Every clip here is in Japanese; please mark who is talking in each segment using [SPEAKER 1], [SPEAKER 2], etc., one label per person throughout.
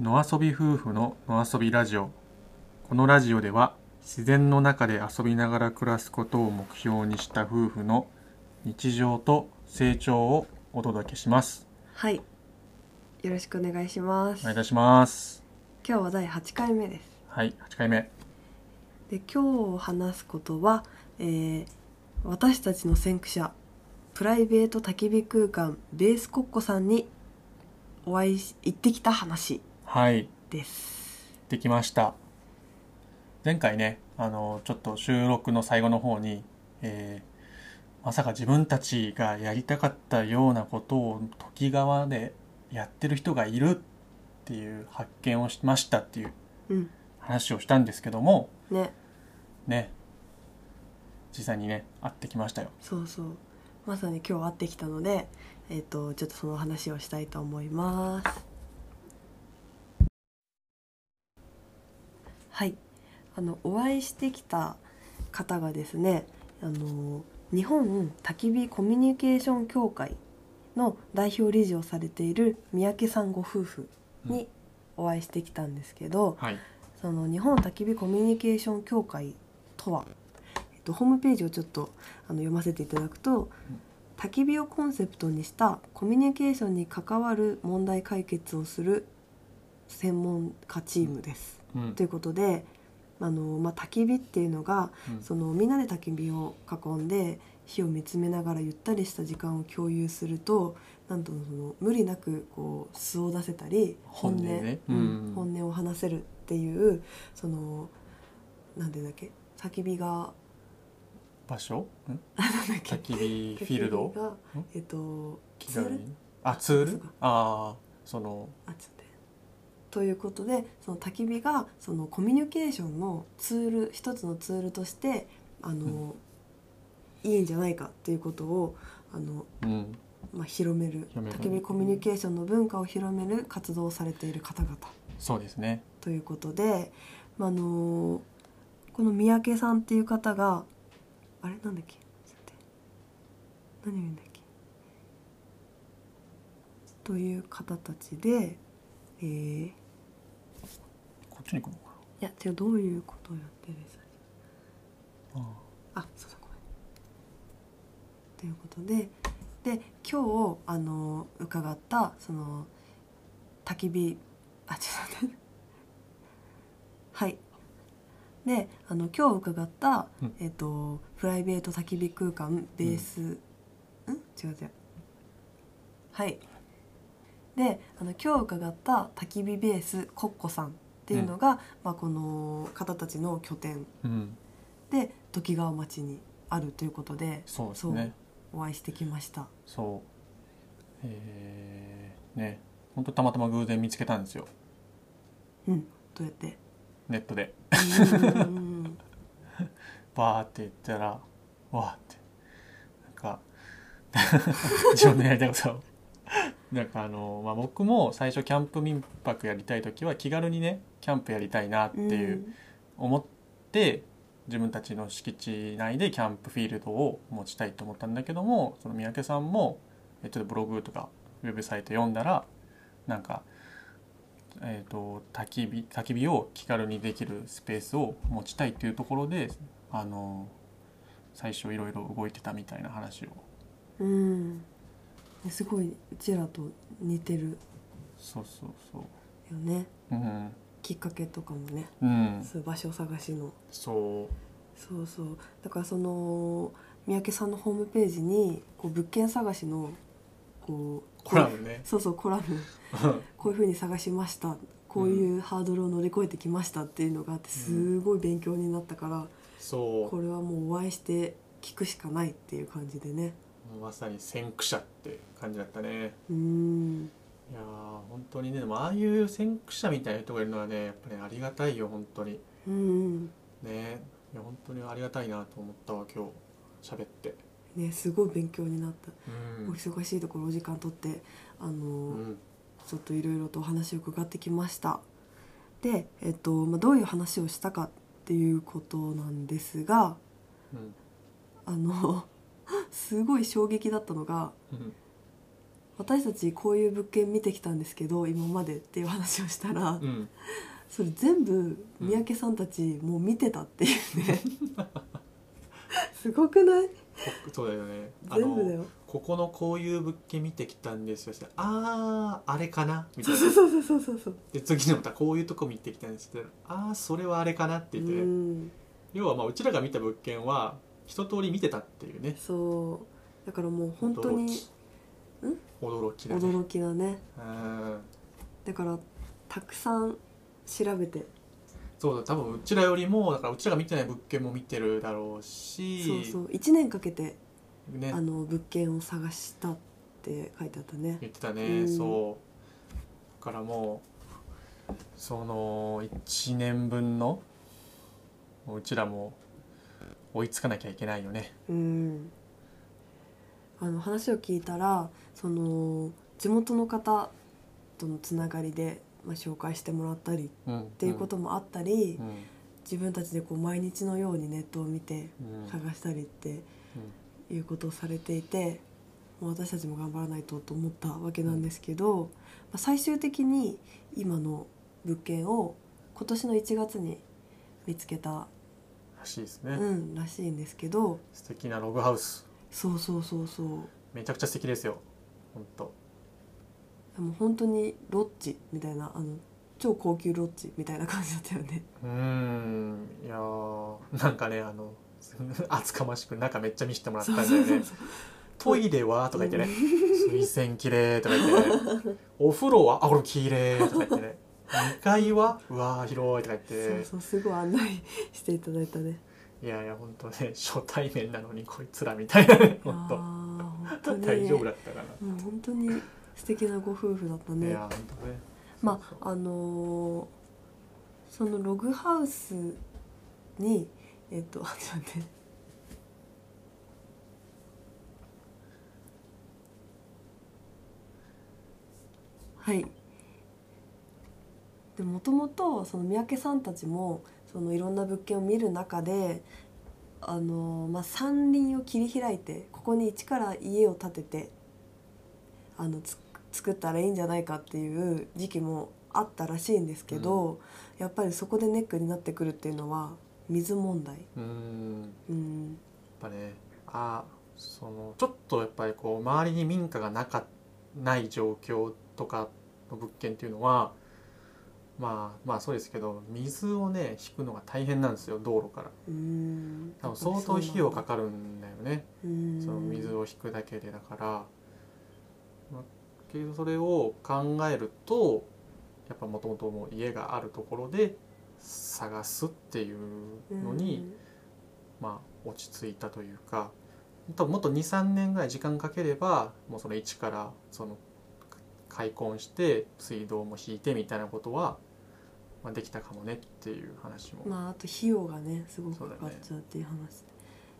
[SPEAKER 1] 野遊び夫婦の野遊びラジオこのラジオでは自然の中で遊びながら暮らすことを目標にした夫婦の日常と成長をお届けします
[SPEAKER 2] はい。よろしくお願いしま
[SPEAKER 1] お
[SPEAKER 2] す。
[SPEAKER 1] 願いい
[SPEAKER 2] 今
[SPEAKER 1] たします
[SPEAKER 2] 日は第8回目です。
[SPEAKER 1] はい8回目
[SPEAKER 2] で、今日話すことは、えー私たちの先駆者、プライベート焚き火空間、ベースコッコさんにお会いし、行ってきた話
[SPEAKER 1] はい
[SPEAKER 2] です。
[SPEAKER 1] できました前回ねあのちょっと収録の最後の方に、えーまさか自分たちがやりたかったようなことを時川でやってる人がいるっていう発見をしましたっていう
[SPEAKER 2] うん。
[SPEAKER 1] 話をしたんですけども
[SPEAKER 2] ね。
[SPEAKER 1] ね実際にね会ってきましたよ
[SPEAKER 2] そうそう。まさに今日会ってきたので、えっ、と、ちょっとその話をしたいと思います。はい。あの、お会いしてきた方がですね、あの、日本焚き火コミュニケーション協会の代表理事をされている三宅さんご夫婦にお会いしてきたんですけど、
[SPEAKER 1] はい
[SPEAKER 2] その日本焚き火コミュニケーション協会とは、えっと、ホームページをちょっとあの読ませていただくと焚き火をコンセプトにしたコミュニケーションに関わる問題解決をする専門家チームです。
[SPEAKER 1] うん
[SPEAKER 2] ということであの、まあ、焚き火っていうのが
[SPEAKER 1] うん
[SPEAKER 2] そのみんなで焚き火を囲んで火を見つめながらゆったりした時間を共有するとなんとその無理なくこう素を出せたり
[SPEAKER 1] 本音ね
[SPEAKER 2] 本
[SPEAKER 1] う
[SPEAKER 2] 音
[SPEAKER 1] ん
[SPEAKER 2] うん本音を話せるっていうそのなんていうんだっけ焚き火が
[SPEAKER 1] 場所ん
[SPEAKER 2] なんだっけ
[SPEAKER 1] 焚き火フィール
[SPEAKER 2] 焚き火
[SPEAKER 1] ド
[SPEAKER 2] がえっと
[SPEAKER 1] 気
[SPEAKER 2] ツー
[SPEAKER 1] 軽
[SPEAKER 2] ル
[SPEAKER 1] にあツー
[SPEAKER 2] そう
[SPEAKER 1] ル
[SPEAKER 2] か
[SPEAKER 1] ああその
[SPEAKER 2] あちょっと待ってということでその焚き火がそのコミュニケーションのツール一つのツールとしてあの、いいんじゃないかっていうことをあの、
[SPEAKER 1] うん
[SPEAKER 2] まあ、広める
[SPEAKER 1] 広める
[SPEAKER 2] 焚き火コミュニケーションの文化を広める活動をされている方々
[SPEAKER 1] そうですね
[SPEAKER 2] ということで、まあ、あのこの三宅さんっていう方があれなんだっけちょっと待って何を言うんだっけという方たちでえー
[SPEAKER 1] こっちに来るのか
[SPEAKER 2] いやてかどういうことをやってるんですか
[SPEAKER 1] なあ
[SPEAKER 2] あそうだごめんということでで今日あの伺ったその焚き火あちょっと待って はいであの今日伺った、
[SPEAKER 1] うん
[SPEAKER 2] えっとプライベート焚き火空間ベース、うん、違う違うはいであの今日伺った焚き火ベースコッコさんっていうのが、まあ、この方たちの拠点
[SPEAKER 1] あうん
[SPEAKER 2] で土岐川町にあるということで
[SPEAKER 1] そうですね
[SPEAKER 2] お会いしてきました
[SPEAKER 1] そうえー、ね本当たまたま偶然見つけたんですよ
[SPEAKER 2] うんどうやって
[SPEAKER 1] ネットで
[SPEAKER 2] うん
[SPEAKER 1] バーって言ったらわーってなんか 自分のやりたいことをなんかあの、まあ、僕も最初キャンプ民泊やりたい時は気軽にねキャンプやりたいなっていう、思って自分たちの敷地内でキャンプフィールドを持ちたいと思ったんだけどもその三宅さんもえちょっとブログとかウェブサイト読んだらなんか、えー、と焚き火焚き火を気軽にできるスペースを持ちたいっていうところであの最初いろいろ動いてたみたいな話を
[SPEAKER 2] うんねすごいうちらと似てる
[SPEAKER 1] そうそうそ
[SPEAKER 2] よね
[SPEAKER 1] ううん
[SPEAKER 2] きっかけとかもね
[SPEAKER 1] うん
[SPEAKER 2] そういう場所探しの
[SPEAKER 1] そ
[SPEAKER 2] そうそうだからその三宅さんのホームページにこう物件探しのこう
[SPEAKER 1] うコラムね
[SPEAKER 2] そうそうコ ラムこういうふうに探しましたこういうハードルを乗り越えてきましたっていうのがあってすごい勉強になったから、
[SPEAKER 1] そ
[SPEAKER 2] これはもうお会いして聞くしかないっていう感じでね
[SPEAKER 1] まさに先駆者って感じだったね
[SPEAKER 2] うーん
[SPEAKER 1] いやー本当にねでもああいう先駆者みたいな人がいるのはねやっぱり、ありがたいよ本当に
[SPEAKER 2] うんうん
[SPEAKER 1] ねいや本当にありがたいなと思ったわ今日喋って
[SPEAKER 2] ねすごい勉強になった、
[SPEAKER 1] うん
[SPEAKER 2] お忙しいところお時間取ってあのー、
[SPEAKER 1] うん
[SPEAKER 2] ちょっといろいろとお話を伺ってきましたで、えっとまあ、どういう話をしたかっていうことなんですが
[SPEAKER 1] うん
[SPEAKER 2] あのすごい衝撃だったのが
[SPEAKER 1] うん
[SPEAKER 2] 私たちこういう物件見てきたんですけど今までっていう話をしたら、
[SPEAKER 1] うん
[SPEAKER 2] それ全部
[SPEAKER 1] うん
[SPEAKER 2] 三宅さんたちもう見てたっていうねすごくない
[SPEAKER 1] こそうだよねあ
[SPEAKER 2] 全部だ
[SPEAKER 1] の
[SPEAKER 2] よ
[SPEAKER 1] ここのこういう物件見てきたんですよあああれかなみた
[SPEAKER 2] そ
[SPEAKER 1] いうな
[SPEAKER 2] そう そうそうそうそう
[SPEAKER 1] で次のまたこういうとこ見てきたんですよああそれはあれかなって言ってね、
[SPEAKER 2] うん
[SPEAKER 1] 要はまあうちらが見た物件は一通り見てたっていうね
[SPEAKER 2] そうだからもう本当に
[SPEAKER 1] 驚き驚きだね
[SPEAKER 2] 驚きだね
[SPEAKER 1] うん
[SPEAKER 2] だからたくさん調べて
[SPEAKER 1] そうだ多分うちらよりもだからうちらが見てない物件も見てるだろうし
[SPEAKER 2] そうそう1年かけて
[SPEAKER 1] ね
[SPEAKER 2] あの物件を探したって書いてあったね
[SPEAKER 1] 言ってたね、
[SPEAKER 2] うん
[SPEAKER 1] そうだからもうその1年分のうちらも追いつかなきゃいけないよね
[SPEAKER 2] うんあの話を聞いたらその地元の方とのつながりで、まあ、紹介してもらったりっ
[SPEAKER 1] うんって
[SPEAKER 2] いうこともあったり、
[SPEAKER 1] うん
[SPEAKER 2] 自分たちでこう毎日のようにネットを見て
[SPEAKER 1] うん
[SPEAKER 2] 探したりっていうことをされていてもう私たちも頑張らないとと思ったわけなんですけど、まあ、最終的に今の物件を今年の1月に見つけた、
[SPEAKER 1] らしいですね、
[SPEAKER 2] うん、らしいんですけど
[SPEAKER 1] 素敵なログハウス
[SPEAKER 2] そうそうそうそう
[SPEAKER 1] めちゃくちゃ素敵ですよ本当
[SPEAKER 2] もう本当にロッジみたいなあの超高級ロッジみたいな感じだったよね。
[SPEAKER 1] うーんいやーなんかねあの厚かましく中めっちゃ見せてもらったんだよねトイレはとか言ってね「水洗きれい」とか言ってね「お風呂はあこれきれい」とか言ってね「2階はうわー広い」とか言っ
[SPEAKER 2] そ
[SPEAKER 1] て
[SPEAKER 2] うそうすごい案内していただいたね。
[SPEAKER 1] いやいや本当ね初対面なのにこいつらみたいなね
[SPEAKER 2] ああ
[SPEAKER 1] 本
[SPEAKER 2] 本当
[SPEAKER 1] 当
[SPEAKER 2] に
[SPEAKER 1] 大丈夫だったかな、
[SPEAKER 2] もう本当に素敵なご夫婦だったね。
[SPEAKER 1] いや本当ね
[SPEAKER 2] ま
[SPEAKER 1] そうそう
[SPEAKER 2] ああのーそのログハウスにえっとちょっと待ってはいでもともとその三宅さんたちもそのいろんな物件を見る中であのー、まあ、山林を切り開いてここに一から家を建ててあのつ作ったらいいんじゃないかっていう時期もあったらしいんですけど、やっぱりそこでネックになってくるっていうのは水問題、
[SPEAKER 1] うーん
[SPEAKER 2] うん、
[SPEAKER 1] やっぱねあそのちょっとやっぱりこう周りに民家がなかない状況とかの物件っていうのはまあまあそうですけど水をね引くのが大変なんですよ道路から
[SPEAKER 2] うん、
[SPEAKER 1] 多分相当費用かかるんだよね
[SPEAKER 2] うん
[SPEAKER 1] その水を引くだけでだから、まあけどそれを考えるとやっぱもともともう家があるところで探すっていうのに、まあ、落ち着いたというか多分もっと23年ぐらい時間かければもうその一からその開墾して水道も引いてみたいなことは、まあ、できたかもねっていう話も、
[SPEAKER 2] うんまああと費用がねすごく
[SPEAKER 1] そうだ
[SPEAKER 2] か
[SPEAKER 1] ね
[SPEAKER 2] かっちゃうっていう話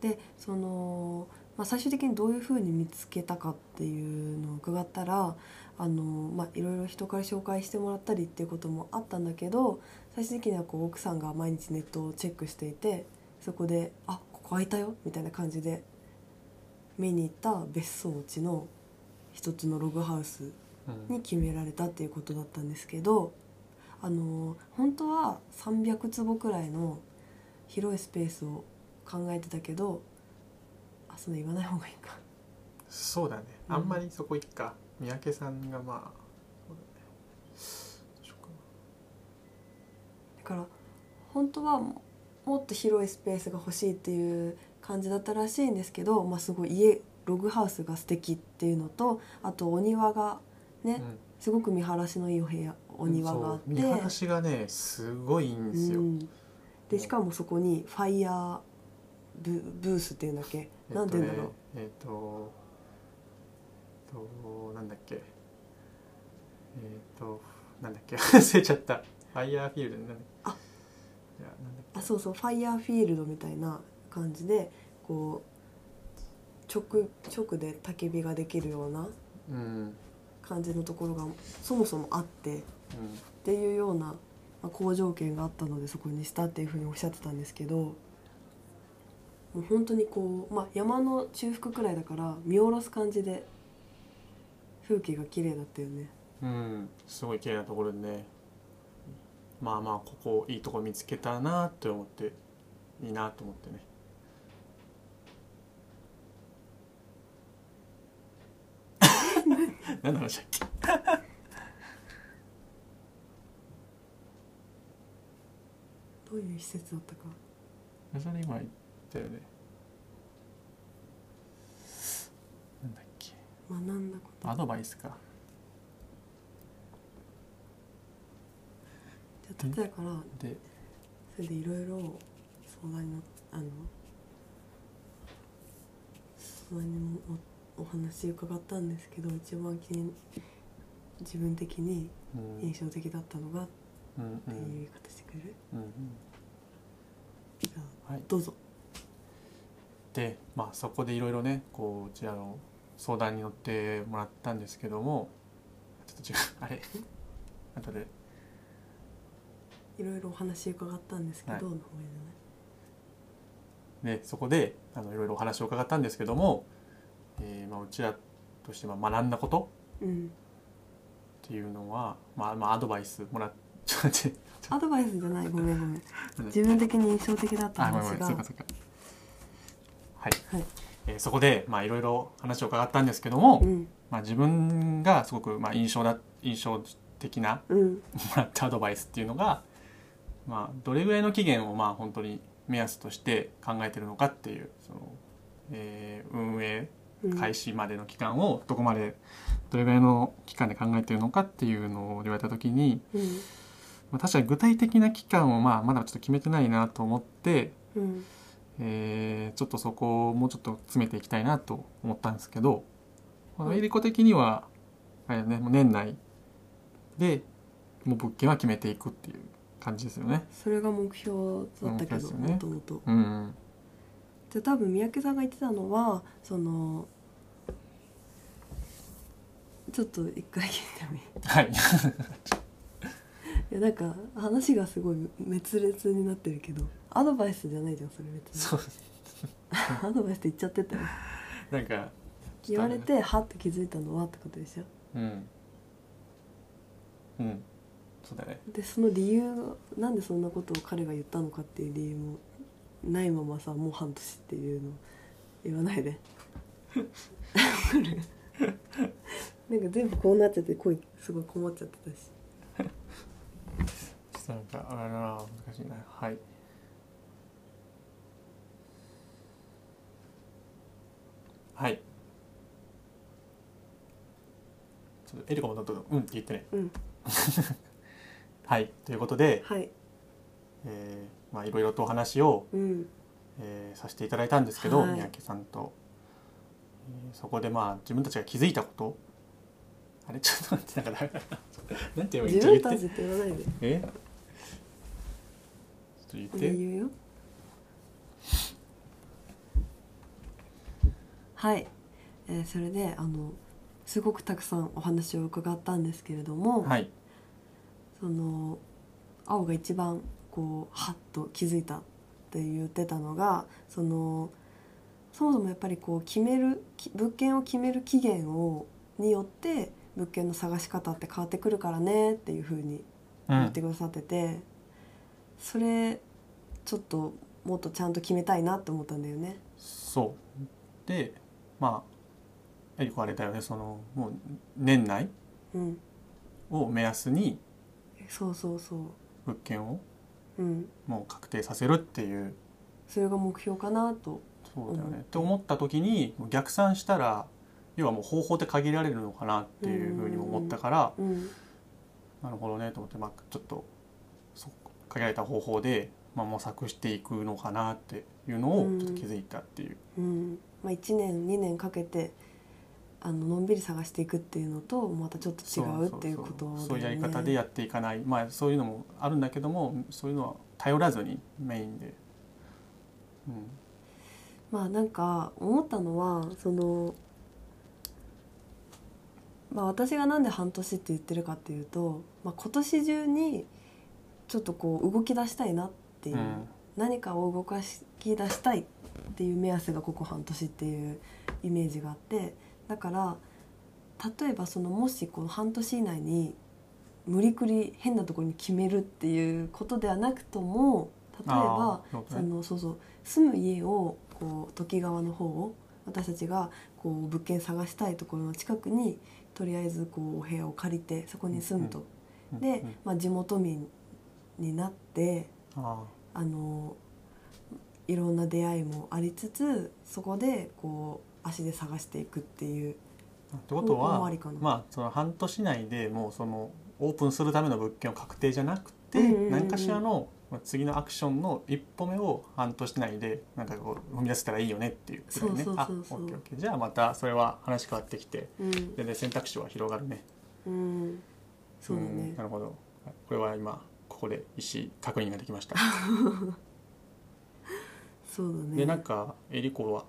[SPEAKER 2] でその、まあ、最終的にどういうふうに見つけたかっていうのを伺ったらあの、まあ、いろいろ人から紹介してもらったりっていうこともあったんだけど最終的にはこう奥さんが毎日ネットをチェックしていてそこで「あここ空いたよ」みたいな感じで見に行った別荘地の一つのログハウス
[SPEAKER 1] うん
[SPEAKER 2] に決められたっていうことだったんですけどあの本当は300坪くらいの広いスペースを考えてたけどあその言わない方がいいか
[SPEAKER 1] そうだね
[SPEAKER 2] うん
[SPEAKER 1] あんまりそこ行っか三宅さんがまあそうだねどうしようか
[SPEAKER 2] だから本当はももっと広いスペースが欲しいっていう感じだったらしいんですけど、まあ、すごい家ログハウスが素敵っていうのとあとお庭がね、
[SPEAKER 1] なうん
[SPEAKER 2] すごく見晴らしのいいお部屋お庭があって
[SPEAKER 1] そう見晴らしがねすごいいいんですよ、
[SPEAKER 2] うん、でしかもそこにファイヤーブブースっていうんだっけ、なんて言うんだろう
[SPEAKER 1] えっと,、えっとなんだっけえっ、となんだっけ 忘れちゃったファイヤーフィールドなんだっけ
[SPEAKER 2] あ
[SPEAKER 1] いやなんだっけ
[SPEAKER 2] あそうそうファイヤーフィールドみたいな感じでこう直直で焚き火ができるような
[SPEAKER 1] うん、うん、
[SPEAKER 2] 感じのところがそもそもあってっていうような、まあ、好条件があったのでそこにしたっていうふうにおっしゃってたんですけどもう本当にこう、まあ、山の中腹くらいだから見下ろす感じで風景が綺麗だったよね
[SPEAKER 1] うんすごい綺麗なところでねまあまあここいいとこ見つけたなって思っていいなと思って ね何の話だっけ
[SPEAKER 2] どういう施設だったか
[SPEAKER 1] それ今言ったよねなんだっけ
[SPEAKER 2] 学んだこ
[SPEAKER 1] ア
[SPEAKER 2] と
[SPEAKER 1] ドバイスか
[SPEAKER 2] じゃあ例えばから
[SPEAKER 1] で
[SPEAKER 2] それでいろいろ相談にのあの相談にもおお話伺ったんですけど一番気に自分的に
[SPEAKER 1] う
[SPEAKER 2] 印
[SPEAKER 1] ん
[SPEAKER 2] 象的だったのがっ
[SPEAKER 1] うんう
[SPEAKER 2] ていうん言い方してくれる、
[SPEAKER 1] うん
[SPEAKER 2] じゃあ
[SPEAKER 1] はい
[SPEAKER 2] どうぞ
[SPEAKER 1] で、まあ、そこでいろいろねこううちあの相談に乗ってもらったんですけどもちょっと違うあれ 後で
[SPEAKER 2] いろいろお話伺ったんですけど、
[SPEAKER 1] はい
[SPEAKER 2] の方がい
[SPEAKER 1] ねそこであのいろいろお話を伺ったんですけども、えーまあ、うちらとしてまあ学んだこと
[SPEAKER 2] いの
[SPEAKER 1] っ
[SPEAKER 2] ね
[SPEAKER 1] ていうのは、まあまあ、アドバイスもらっちょっと待って
[SPEAKER 2] うんアドバイスじゃないごめ んごめん
[SPEAKER 1] うん
[SPEAKER 2] 自分的に印象的だった
[SPEAKER 1] あごめんご
[SPEAKER 2] 話
[SPEAKER 1] めん
[SPEAKER 2] が
[SPEAKER 1] そうかそうかはい、
[SPEAKER 2] はい
[SPEAKER 1] えーそこでまあいろいろ話を伺ったんですけども、
[SPEAKER 2] うん
[SPEAKER 1] まあ、自分がすごくまあ印象だ印象的な
[SPEAKER 2] うん
[SPEAKER 1] もらったアドバイスっていうのが、まあ、どれぐらいの期限をまあ本当に目安として考えてるのかっていうその、えー運営
[SPEAKER 2] うん
[SPEAKER 1] 開始までの期間をどこまでどれぐらいの期間で考えてるのかっていうのを言われた時に、
[SPEAKER 2] うん
[SPEAKER 1] まあ、確かに具体的な期間をまあまだちょっと決めてないなと思って、
[SPEAKER 2] うん
[SPEAKER 1] えーちょっとそこをもうちょっと詰めていきたいなと思ったんですけど、ま
[SPEAKER 2] は
[SPEAKER 1] あ、
[SPEAKER 2] い
[SPEAKER 1] エリコ的にはあれだねもう年内でもう物件は決めていくっていう感じですよね。
[SPEAKER 2] それが目標だったけ
[SPEAKER 1] 目標です
[SPEAKER 2] ど
[SPEAKER 1] よね
[SPEAKER 2] もともと
[SPEAKER 1] うんうん
[SPEAKER 2] じゃあ多分三宅さんが言ってたのはそのちょっと一回聞いてもいい
[SPEAKER 1] はい。
[SPEAKER 2] いやなんか話がすごい滅裂になってるけどアドバイスじゃないじゃんそれ別に
[SPEAKER 1] う。
[SPEAKER 2] アドバイスって言っちゃってたよ
[SPEAKER 1] なんか。
[SPEAKER 2] 言われてはっと気づいたのはってことでしょ
[SPEAKER 1] うん。うん。そうだね。
[SPEAKER 2] でその理由なんでそんなことを彼が言ったのかっていう理由もないままさもう半年っていうの言わない でなんか全部こうなっちゃって声すごいこもっちゃってたし
[SPEAKER 1] ちょっとなんか、あらら、難しいな。はい。はい。ちょっとエリコもだったうんって言ってね。
[SPEAKER 2] うん
[SPEAKER 1] はい。ということで、
[SPEAKER 2] はい
[SPEAKER 1] えーまあいろいろとお話を、
[SPEAKER 2] うん
[SPEAKER 1] えーさせていただいたんですけど、
[SPEAKER 2] はい
[SPEAKER 1] 三宅さんと、えーそこでまあ自分たちが気づいたことあれち ょっと待ってなんかダメだ ななんて言えばいい
[SPEAKER 2] 自
[SPEAKER 1] ちょっ
[SPEAKER 2] 分
[SPEAKER 1] と
[SPEAKER 2] た
[SPEAKER 1] 言っ
[SPEAKER 2] ち
[SPEAKER 1] て
[SPEAKER 2] って言わないで
[SPEAKER 1] えちょっと言
[SPEAKER 2] 理
[SPEAKER 1] って
[SPEAKER 2] 由よはい、えーそれであのすごくたくさんお話を伺ったんですけれども、
[SPEAKER 1] はい
[SPEAKER 2] その青が一番こうハッと気づいたって言ってたのがそのそもそもやっぱりこう決めるき物件を決める期限をによって物件の探し方って変わってくるからねっていうふうに
[SPEAKER 1] う
[SPEAKER 2] 言っ
[SPEAKER 1] ん
[SPEAKER 2] てくださってて、それちょっともっとちゃんと決めたいなって思ったんだよね。
[SPEAKER 1] そうでまあエリコあれだよねそのもう年内
[SPEAKER 2] うん、
[SPEAKER 1] を目安に
[SPEAKER 2] そうそうそう、
[SPEAKER 1] 物件を
[SPEAKER 2] うん、
[SPEAKER 1] もう確定させるっていう
[SPEAKER 2] それが目標かなと、
[SPEAKER 1] そうだよ
[SPEAKER 2] 思っ
[SPEAKER 1] ね。
[SPEAKER 2] て
[SPEAKER 1] って思った時に逆算したら要はもう方法って限られるのかなっていうふうにも思ったから
[SPEAKER 2] うん、
[SPEAKER 1] なるほどねと思って、まあ、ちょっとそう限られた方法で、まあ、模索していくのかなっていうのを
[SPEAKER 2] うん
[SPEAKER 1] ちょっと気づいたっていう。
[SPEAKER 2] うんまあ、1年2年かけてあののんびり探していくっていうのとまたちょっと違うっていうことだ
[SPEAKER 1] そ
[SPEAKER 2] よ
[SPEAKER 1] う
[SPEAKER 2] ね
[SPEAKER 1] そういうやり方でやっていかない、まあ、そういうのもあるんだけどもそういうのは頼らずにメインで。うん
[SPEAKER 2] まあなんか思ったのはその、まあ、私がなんで半年って言ってるかっていうと、まあ、今年中にちょっとこう動き出したいなっていう、
[SPEAKER 1] うん
[SPEAKER 2] 何かを動かし出したいっていう目安がここ半年っていうイメージがあってだから例えばそのもしこの半年以内に無理くり変なところに決めるっていうことではなくとも例えば
[SPEAKER 1] あーそう
[SPEAKER 2] そ
[SPEAKER 1] ね
[SPEAKER 2] のそうそう住む家をこう土岐川の方を私たちがこう物件探したいところの近くにとりあえずこうお部屋を借りてそこに住むと。
[SPEAKER 1] うんう
[SPEAKER 2] で
[SPEAKER 1] ん、
[SPEAKER 2] まあ、地元民になって
[SPEAKER 1] あ
[SPEAKER 2] あのいろんな出会いもありつつそこでこう足で探していくっていう
[SPEAKER 1] ーってこと
[SPEAKER 2] 方法も
[SPEAKER 1] は
[SPEAKER 2] ありかな
[SPEAKER 1] まあその半年内でもうそのオープンするための物件を確定じゃなくて、
[SPEAKER 2] うんうんうんうん
[SPEAKER 1] 何かしらのまあ次のアクションの一歩目を半年内でなんかこう踏み出せたらいいよねっていうくらいね
[SPEAKER 2] そうそうそうそう
[SPEAKER 1] あオッケーオッケーじゃあまたそれは話変わってきて
[SPEAKER 2] うん、
[SPEAKER 1] 全然選択肢は広がるね
[SPEAKER 2] うん、そうだ
[SPEAKER 1] ん
[SPEAKER 2] ね
[SPEAKER 1] なるほどはいこれは今ここで意思確認ができました、
[SPEAKER 2] そうだね
[SPEAKER 1] でなんかえりこは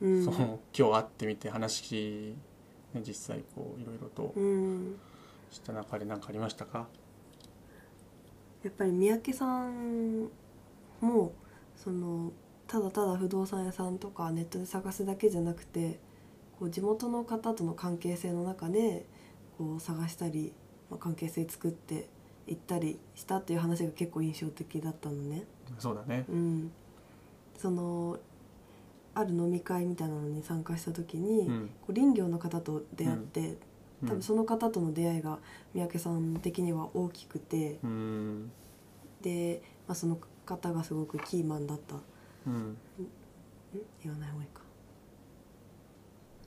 [SPEAKER 2] うん
[SPEAKER 1] その今日会ってみて話、ね、実際こういろいろと
[SPEAKER 2] うん、
[SPEAKER 1] した中で何かありましたか、
[SPEAKER 2] やっぱり三宅さんもそのただただ不動産屋さんとかネットで探すだけじゃなくてこう地元の方との関係性の中でこう探したり、まあ、関係性作っていったりしたっていう話が結構印象的だったのね。
[SPEAKER 1] そうだね
[SPEAKER 2] うん、そのある飲み会みたいなのに参加した時に、
[SPEAKER 1] うん
[SPEAKER 2] こう林業の方と出会って、
[SPEAKER 1] うん
[SPEAKER 2] 多分その方との出会いが三宅さん的には大きくて
[SPEAKER 1] うん
[SPEAKER 2] で、まあ、その方がすごくキーマンだったん
[SPEAKER 1] うん
[SPEAKER 2] 言わない方がい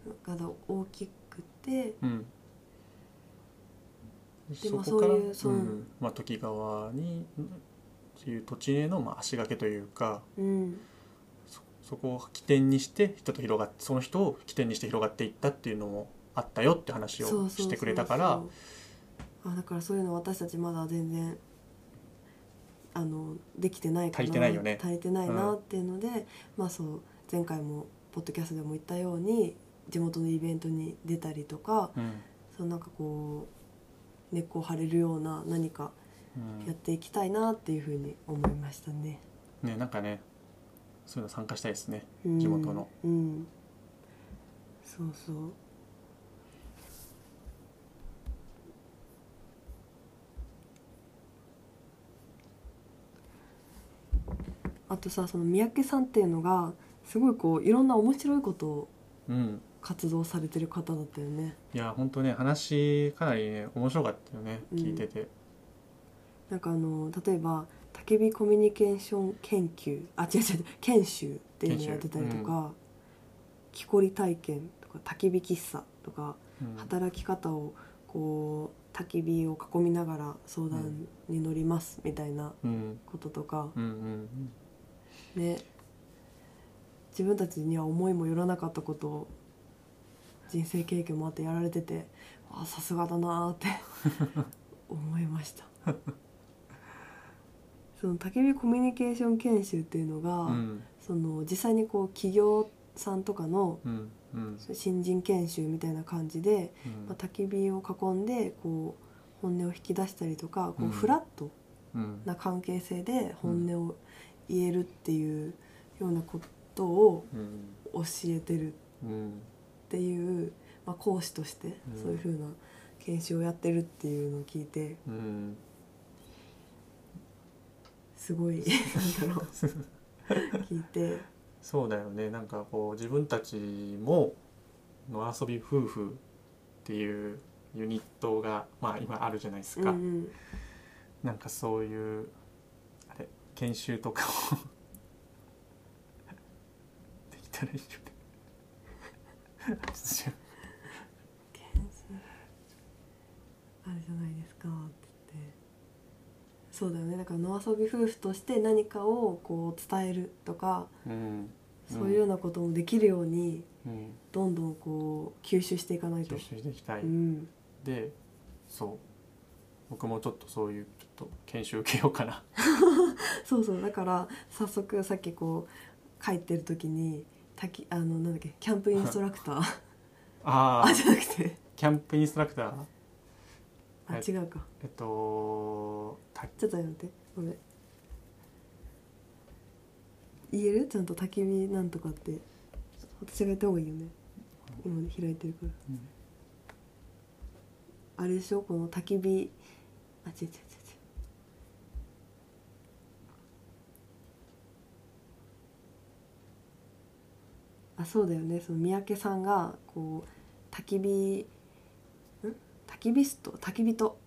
[SPEAKER 2] いか。が大きくて
[SPEAKER 1] うん
[SPEAKER 2] でまあ
[SPEAKER 1] そこから
[SPEAKER 2] そういうその
[SPEAKER 1] んまあ、時川にうんっていう土地へのまあ足掛けというか
[SPEAKER 2] うん
[SPEAKER 1] そそこを起点にして人と広がってその人を起点にして広がっていったっていうのもあったよって話
[SPEAKER 2] そう
[SPEAKER 1] を
[SPEAKER 2] そうそうそう
[SPEAKER 1] してくれたから
[SPEAKER 2] あだからそういうの私たちまだ全然あのできてないかな
[SPEAKER 1] 足りてないよね
[SPEAKER 2] 足りてないなっていうので、まあそう前回もポッドキャストでも言ったように地元のイベントに出たりとか
[SPEAKER 1] うん
[SPEAKER 2] そのなんかこう根っこを張れるような何か
[SPEAKER 1] うん
[SPEAKER 2] やっていきたいなっていうふうに思いましたね。
[SPEAKER 1] ねなんかねそういうの参加したいですね
[SPEAKER 2] うん
[SPEAKER 1] 地元の、
[SPEAKER 2] うん、そうそうあとさその三宅さんっていうのがすごいこういろんな面白いことを
[SPEAKER 1] うん
[SPEAKER 2] 活動されてる方だったよね
[SPEAKER 1] いや本当ね話かなりね面白かったよね
[SPEAKER 2] うん
[SPEAKER 1] 聞いてて、
[SPEAKER 2] なんかあの例えば「たけびコミュニケーション研究」あ違う違う研修っていうのやってたりとか「木こり体験」とか「たき火喫茶」とか
[SPEAKER 1] うん
[SPEAKER 2] 働き方をこう焚き火を囲みながら相談に乗りますみたいな
[SPEAKER 1] うん
[SPEAKER 2] こととか、
[SPEAKER 1] うんうん
[SPEAKER 2] ね自分たちには思いもよらなかったことを人生経験もあってやられててあさすがだな ーって思いました その焚き火コミュニケーション研修っていうのが、
[SPEAKER 1] うん
[SPEAKER 2] その実際にこう企業さんとかの
[SPEAKER 1] うんうん
[SPEAKER 2] 新人研修みたいな感じで
[SPEAKER 1] うん
[SPEAKER 2] まあ、焚き火を囲んでこう本音を引き出したりとかこ
[SPEAKER 1] う
[SPEAKER 2] うんフラット
[SPEAKER 1] うん
[SPEAKER 2] な関係性で本音を言えるっていうようなことを
[SPEAKER 1] うん
[SPEAKER 2] 教えてるっ
[SPEAKER 1] うん
[SPEAKER 2] ていう、まあ、講師として
[SPEAKER 1] うん
[SPEAKER 2] そういうふうな研修をやってるっていうのを聞いて
[SPEAKER 1] うん
[SPEAKER 2] す ごいなんだろう聞いて
[SPEAKER 1] そうだよねなんかこう自分たちも野遊び夫婦っていうユニットが、まあ、今あるじゃないです
[SPEAKER 2] うん
[SPEAKER 1] か、
[SPEAKER 2] うん
[SPEAKER 1] なんかそういうあれ研修とかを できたらいいよねちょっと
[SPEAKER 2] 研修あるじゃないですかって言ってそうだよねだから野遊び夫婦として何かをこう伝えるとか
[SPEAKER 1] うん
[SPEAKER 2] そういうようなこともできるように、
[SPEAKER 1] うん
[SPEAKER 2] どんどんこう吸収していかないと
[SPEAKER 1] 吸。収していきたい、
[SPEAKER 2] うん、
[SPEAKER 1] でそう僕もちょっとそういうちょっと研修受けようかな
[SPEAKER 2] そうそうだから早速さっきこう帰ってる時にたきあのなんだっけキャンプインストラクタ ー
[SPEAKER 1] あ
[SPEAKER 2] あ
[SPEAKER 1] あ
[SPEAKER 2] じゃなくて
[SPEAKER 1] キャンプインストラクター
[SPEAKER 2] あ
[SPEAKER 1] はい
[SPEAKER 2] 違うか
[SPEAKER 1] えっとた
[SPEAKER 2] ちょっと待ってごめん言えるちゃんと焚き火なんとかって私が言った方がいいよね今開いてるから
[SPEAKER 1] うん
[SPEAKER 2] あれでしょこの焚き火あ違う違う違う違うあそうだよねその三宅さんがこう焚き火ん焚き火スト焚き火と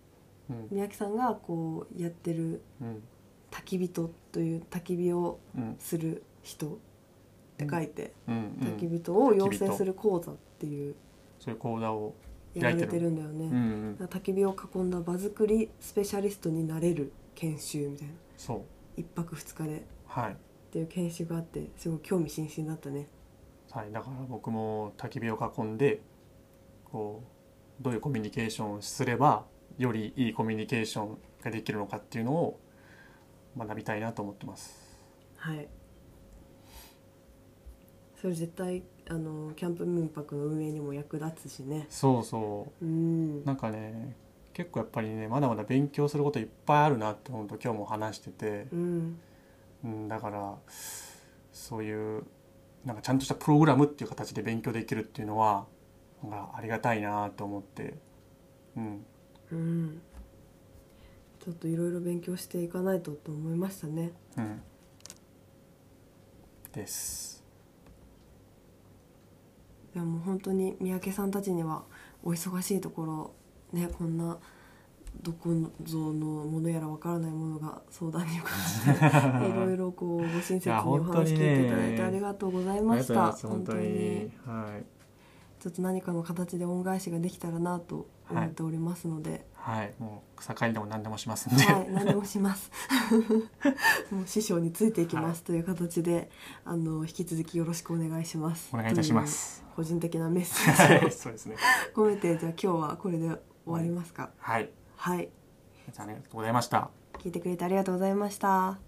[SPEAKER 1] うん
[SPEAKER 2] 三宅さんがこうやってる
[SPEAKER 1] うん
[SPEAKER 2] 焚き火とという焚き火を
[SPEAKER 1] うん
[SPEAKER 2] する人って書いて、
[SPEAKER 1] うんう
[SPEAKER 2] 焚き
[SPEAKER 1] ん
[SPEAKER 2] 火とを養成する講座っていう
[SPEAKER 1] そういう講座を
[SPEAKER 2] やられ
[SPEAKER 1] 焼
[SPEAKER 2] て
[SPEAKER 1] いて
[SPEAKER 2] るんだよね。
[SPEAKER 1] うんうん
[SPEAKER 2] 焚き火を囲んだ場作りスペシャリストになれる研修みたいな
[SPEAKER 1] そう
[SPEAKER 2] 1泊2日でっ
[SPEAKER 1] はい
[SPEAKER 2] ていう研修があってすごい興味津々だったね
[SPEAKER 1] はい、だから僕も焚き火を囲んでこうどういうコミュニケーションをすればよりいいコミュニケーションができるのかっていうのを学びたいなと思ってます。
[SPEAKER 2] はいそれ絶対あのキャンプ民泊の運営にも役立つしね
[SPEAKER 1] そうそううんなんかね結構やっぱりねまだまだ勉強することいっぱいあるなって本当今日も話してて、
[SPEAKER 2] うん
[SPEAKER 1] うん、だからそういうなんかちゃんとしたプログラムっていう形で勉強できるっていうのはなんかありがたいなと思って、うん、
[SPEAKER 2] うんちょっといろいろ勉強していかないとと思いましたね
[SPEAKER 1] うん、です。
[SPEAKER 2] いやもう本当に三宅さんたちにはお忙しいところねこんなどこぞのものやらわからないものが相談に感じていろいろこうご親切に
[SPEAKER 1] いや
[SPEAKER 2] お
[SPEAKER 1] 本当
[SPEAKER 2] 話
[SPEAKER 1] に
[SPEAKER 2] 聞
[SPEAKER 1] ね
[SPEAKER 2] いていただいてありがとうございました本当に
[SPEAKER 1] はい
[SPEAKER 2] ちょっと何かの形で恩返しができたらなと思っておりますので、
[SPEAKER 1] はいもう草刈りでも何でもしますん
[SPEAKER 2] は
[SPEAKER 1] で、
[SPEAKER 2] い、何でもします もう師匠についていきますという形であの引き続きよろしくお願いします
[SPEAKER 1] お願いいたします。
[SPEAKER 2] という個人的なメッセージ
[SPEAKER 1] は
[SPEAKER 2] を
[SPEAKER 1] い そうですね。
[SPEAKER 2] 込めてじゃあ今日はこれで終わりますか、
[SPEAKER 1] はい。
[SPEAKER 2] はい
[SPEAKER 1] じゃあありがとうございました。
[SPEAKER 2] 聞いてくれてありがとうございました